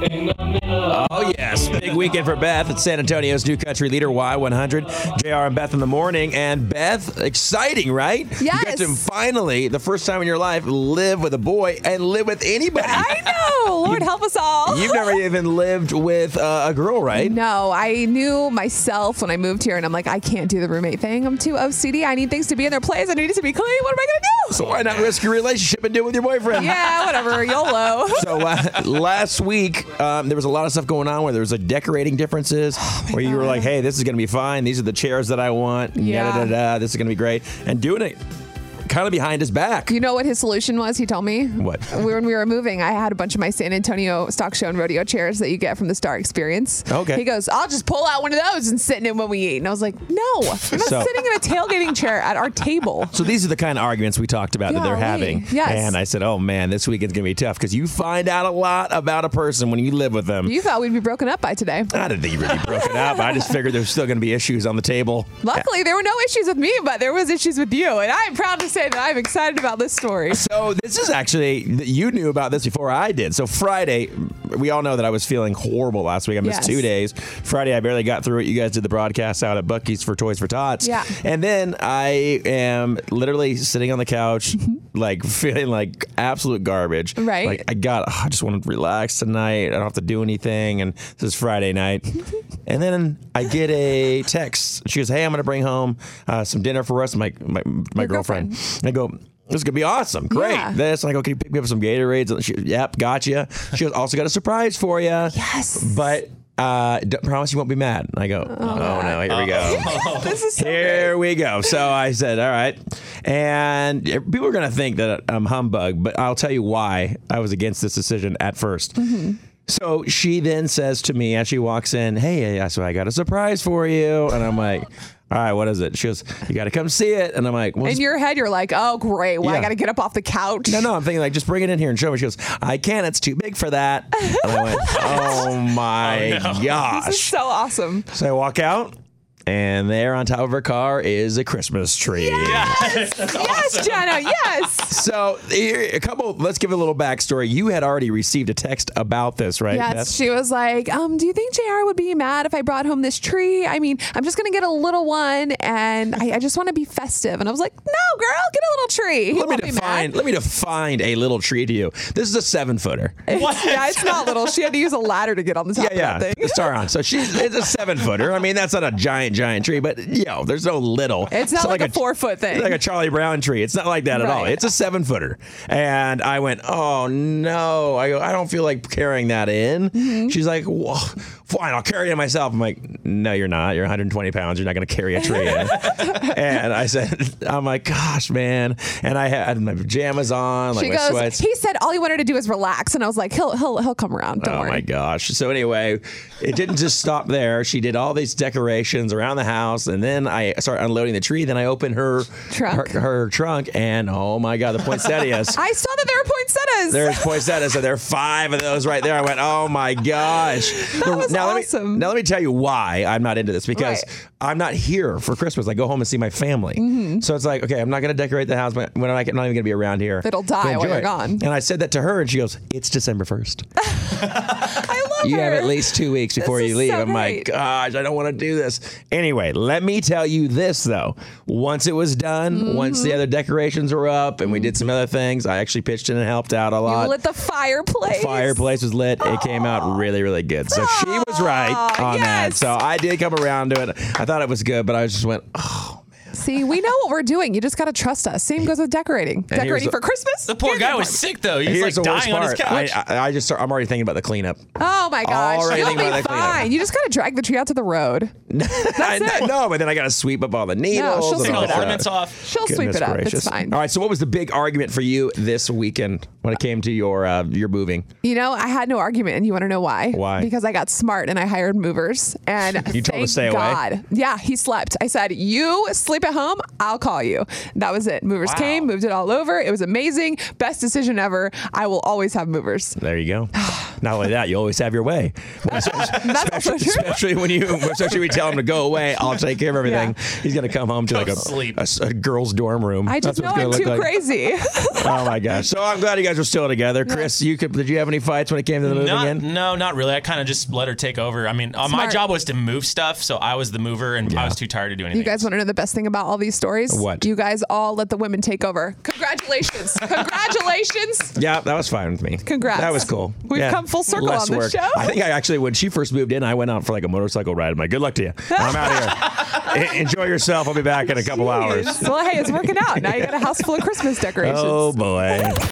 Oh, yes. Big weekend for Beth at San Antonio's new country leader, Y100. JR and Beth in the morning. And Beth, exciting, right? You Yes. get to finally, the first time in your life, live with a boy and live with anybody. I know. Lord help us all. You've never even lived with uh, a girl, right? No, I knew myself when I moved here, and I'm like, I can't do the roommate thing. I'm too OCD. I need things to be in their place. I need it to be clean. What am I gonna do? So why not risk your relationship and do it with your boyfriend? yeah, whatever. YOLO. So uh, last week, um, there was a lot of stuff going on where there was like decorating differences, Oh where you were like, "Hey, this is going to be fine. These are the chairs that I want. Yeah. Yada, da, da, this is going to be great." And doing it kind of behind his back. You know what his solution was? He told me. What? When we were moving, I had a bunch of my San Antonio stock show and rodeo chairs that you get from the Star Experience. Okay. He goes, I'll just pull out one of those and sit in it when we eat. And I was like, No, I'm not So- sitting in a tailgating chair at our table. So these are the kind of arguments we talked about that they're Golly. having. Yes. And I said, "Oh man, this weekend's going to be tough because you find out a lot about a person when you live with them." You thought we'd be broken up by today. I didn't think you really broke it up. I just figured there's still going to be issues on the table. Luckily, there were no issues with me, but there was issues with you, and I'm proud to say that I'm excited about this story. So this is actually you knew about this before I did. So Friday, we all know that I was feeling horrible last week. I missed Yes. two days. Friday, I barely got through it. You guys did the broadcast out at Bucky's for Toys for Tots. Yeah. And then I am literally sitting on the couch, like feeling like absolute garbage. Mm-hmm. Right. Like I got. oh, I just want to relax tonight. I don't have to do anything. And this is Friday night. and then I get a text. She goes, "Hey, I'm going to bring home uh, some dinner for us." My my, my Your girlfriend. girlfriend. And I go, this is gonna be awesome. Great. Yeah. This. And I go, can you pick me up some Gatorades? And she, yep, gotcha. She goes, also got a surprise for you. Yes. But uh, d- promise you won't be mad. And I go, oh, no, here we go. This is so Here we go. So I said, all right. And people are going to think that I'm humbug, but I'll tell you why I was against this decision at 1st So she then says to me as she walks in, hey, yeah, so I got a surprise for you. And I'm like, all right, what is it? She goes, you got to come see it. And I'm like, well, In just your head, you're like, oh, great. Well, I Yeah. got to get up off the couch. no, no, I'm thinking like just bring it in here and show me. She goes, I can't. It's too big for that. And I went, oh my This is gosh. so awesome. So I walk out, and there on top of her car is a Christmas tree. Yes, Jenna. Yes. So here, a couple. Let's give a little backstory. You had already received a text about this, right? Yes, Beth? she was like, um, do you think JR would be mad if I brought home this tree? I mean, I'm just going to get a little one and I, I just want to be festive. And I was like, no, girl, get a little tree. He Let me won't be define. mad. Let me define a little tree to you. This is a seven footer. yeah, it's not little. She had to use a ladder to get on the top yeah, of yeah. that thing. Star on. So she's it's a seven footer. I mean, that's not a giant, giant tree, but you know, there's no little. It's not like a four-foot thing. It's like a Charlie Brown tree. It's not like that at all. Right. It's a seven footer. And I went, oh no, I go, I don't feel like carrying that in. Mm-hmm. She's like, well, fine, I'll carry it myself. I'm like, no, you're not. You're 120 pounds. You're not going to carry a tree in. and I said, I'm like, gosh, man. And I had my pajamas on, like She my goes, sweats. he said all he wanted to do is relax. And I was like, he'll, he'll, he'll come around. Don't Oh worry. my gosh. So anyway, it didn't just stop there. She did all these decorations around the house and then I started unloading the tree. Then I opened her Trunk. her, her trunk and oh my god, the poinsettias. I saw that there were poinsettias. There's poinsettias, and there are five of those right there. I went, oh my gosh. The- was now, Let awesome. me, now let me tell you why I'm not into this because Right. I'm not here for Christmas. I go home and see my family. Mm-hmm. So it's like, okay, I'm not going to decorate the house but when I'm not, I'm not even going to be around here. It'll die to while enjoy you're it. gone. And I said that to her, and she goes, it's December 1st. I love You have her. at least two weeks before This you is leave. so I'm great. like, gosh, I don't want to do this. Anyway, let me tell you this though. Once it was done, once Mm-hmm. the other decorations were up and we did some other things, I actually pitched in and helped out a lot. You lit the fireplace. Fireplace was lit. It came out really, really good. So she was right Aw, on that. yes. So I did come around to it. I thought it was good, but I just went, oh, See, we know what we're doing. You just got to trust us. Same goes with decorating. here's decorating the- for Christmas? The poor guy was sick though. He here's was like the worst dying on his part. couch. I, I, I just start, I'm already thinking about the cleanup. Oh my gosh. Already You'll thinking be about that cleanup. fine. You just got to drag the tree out to the road. I, no, but then I got to sweep up all the needles. she'll and Take sweep all all it the that. up. ornaments off. She'll sweep Goodness it up. gracious. It's fine. All right. So, what was the big argument for you this weekend when it came to your uh, your moving? You know, I had no argument, and you want to know why? Why? Because I got smart and I hired movers. And You told him to thank stay away? God. Yeah, he slept. I said, "You sleep at home. I'll call you." That was it. Movers Wow. came, moved it all over. It was amazing. Best decision ever. I will always have movers. There you go. Not only that, you always have your way. That's also especially, true. especially when you, especially when you tell him to go away, I'll take care of everything. He's gonna come home to like a, sleep. a s- a girl's dorm room. I just That's know what it's I'm gonna too look like. crazy. Oh my gosh! So I'm glad you guys are still together. Chris, you could, did you have any fights when it came to the moving Not, in? no, not really. I kind of just let her take over. I mean, uh, my Smart. job was to move stuff, so I was the mover, and I was too tired to do anything. You guys want to know the best thing about all these stories? What? You guys all let the women take over. Congratulations. Congratulations. Yeah, that was fine with me. Congrats. That was cool. We've Yeah. come full circle Less on this work. show. I think I actually, when she first moved in, I went out for like a motorcycle ride. I'm like, good luck to you. I'm out of here. En- Enjoy yourself. I'll be back in a couple hours. Well, hey, it's working out. Now you got a house full of Christmas decorations. Oh boy.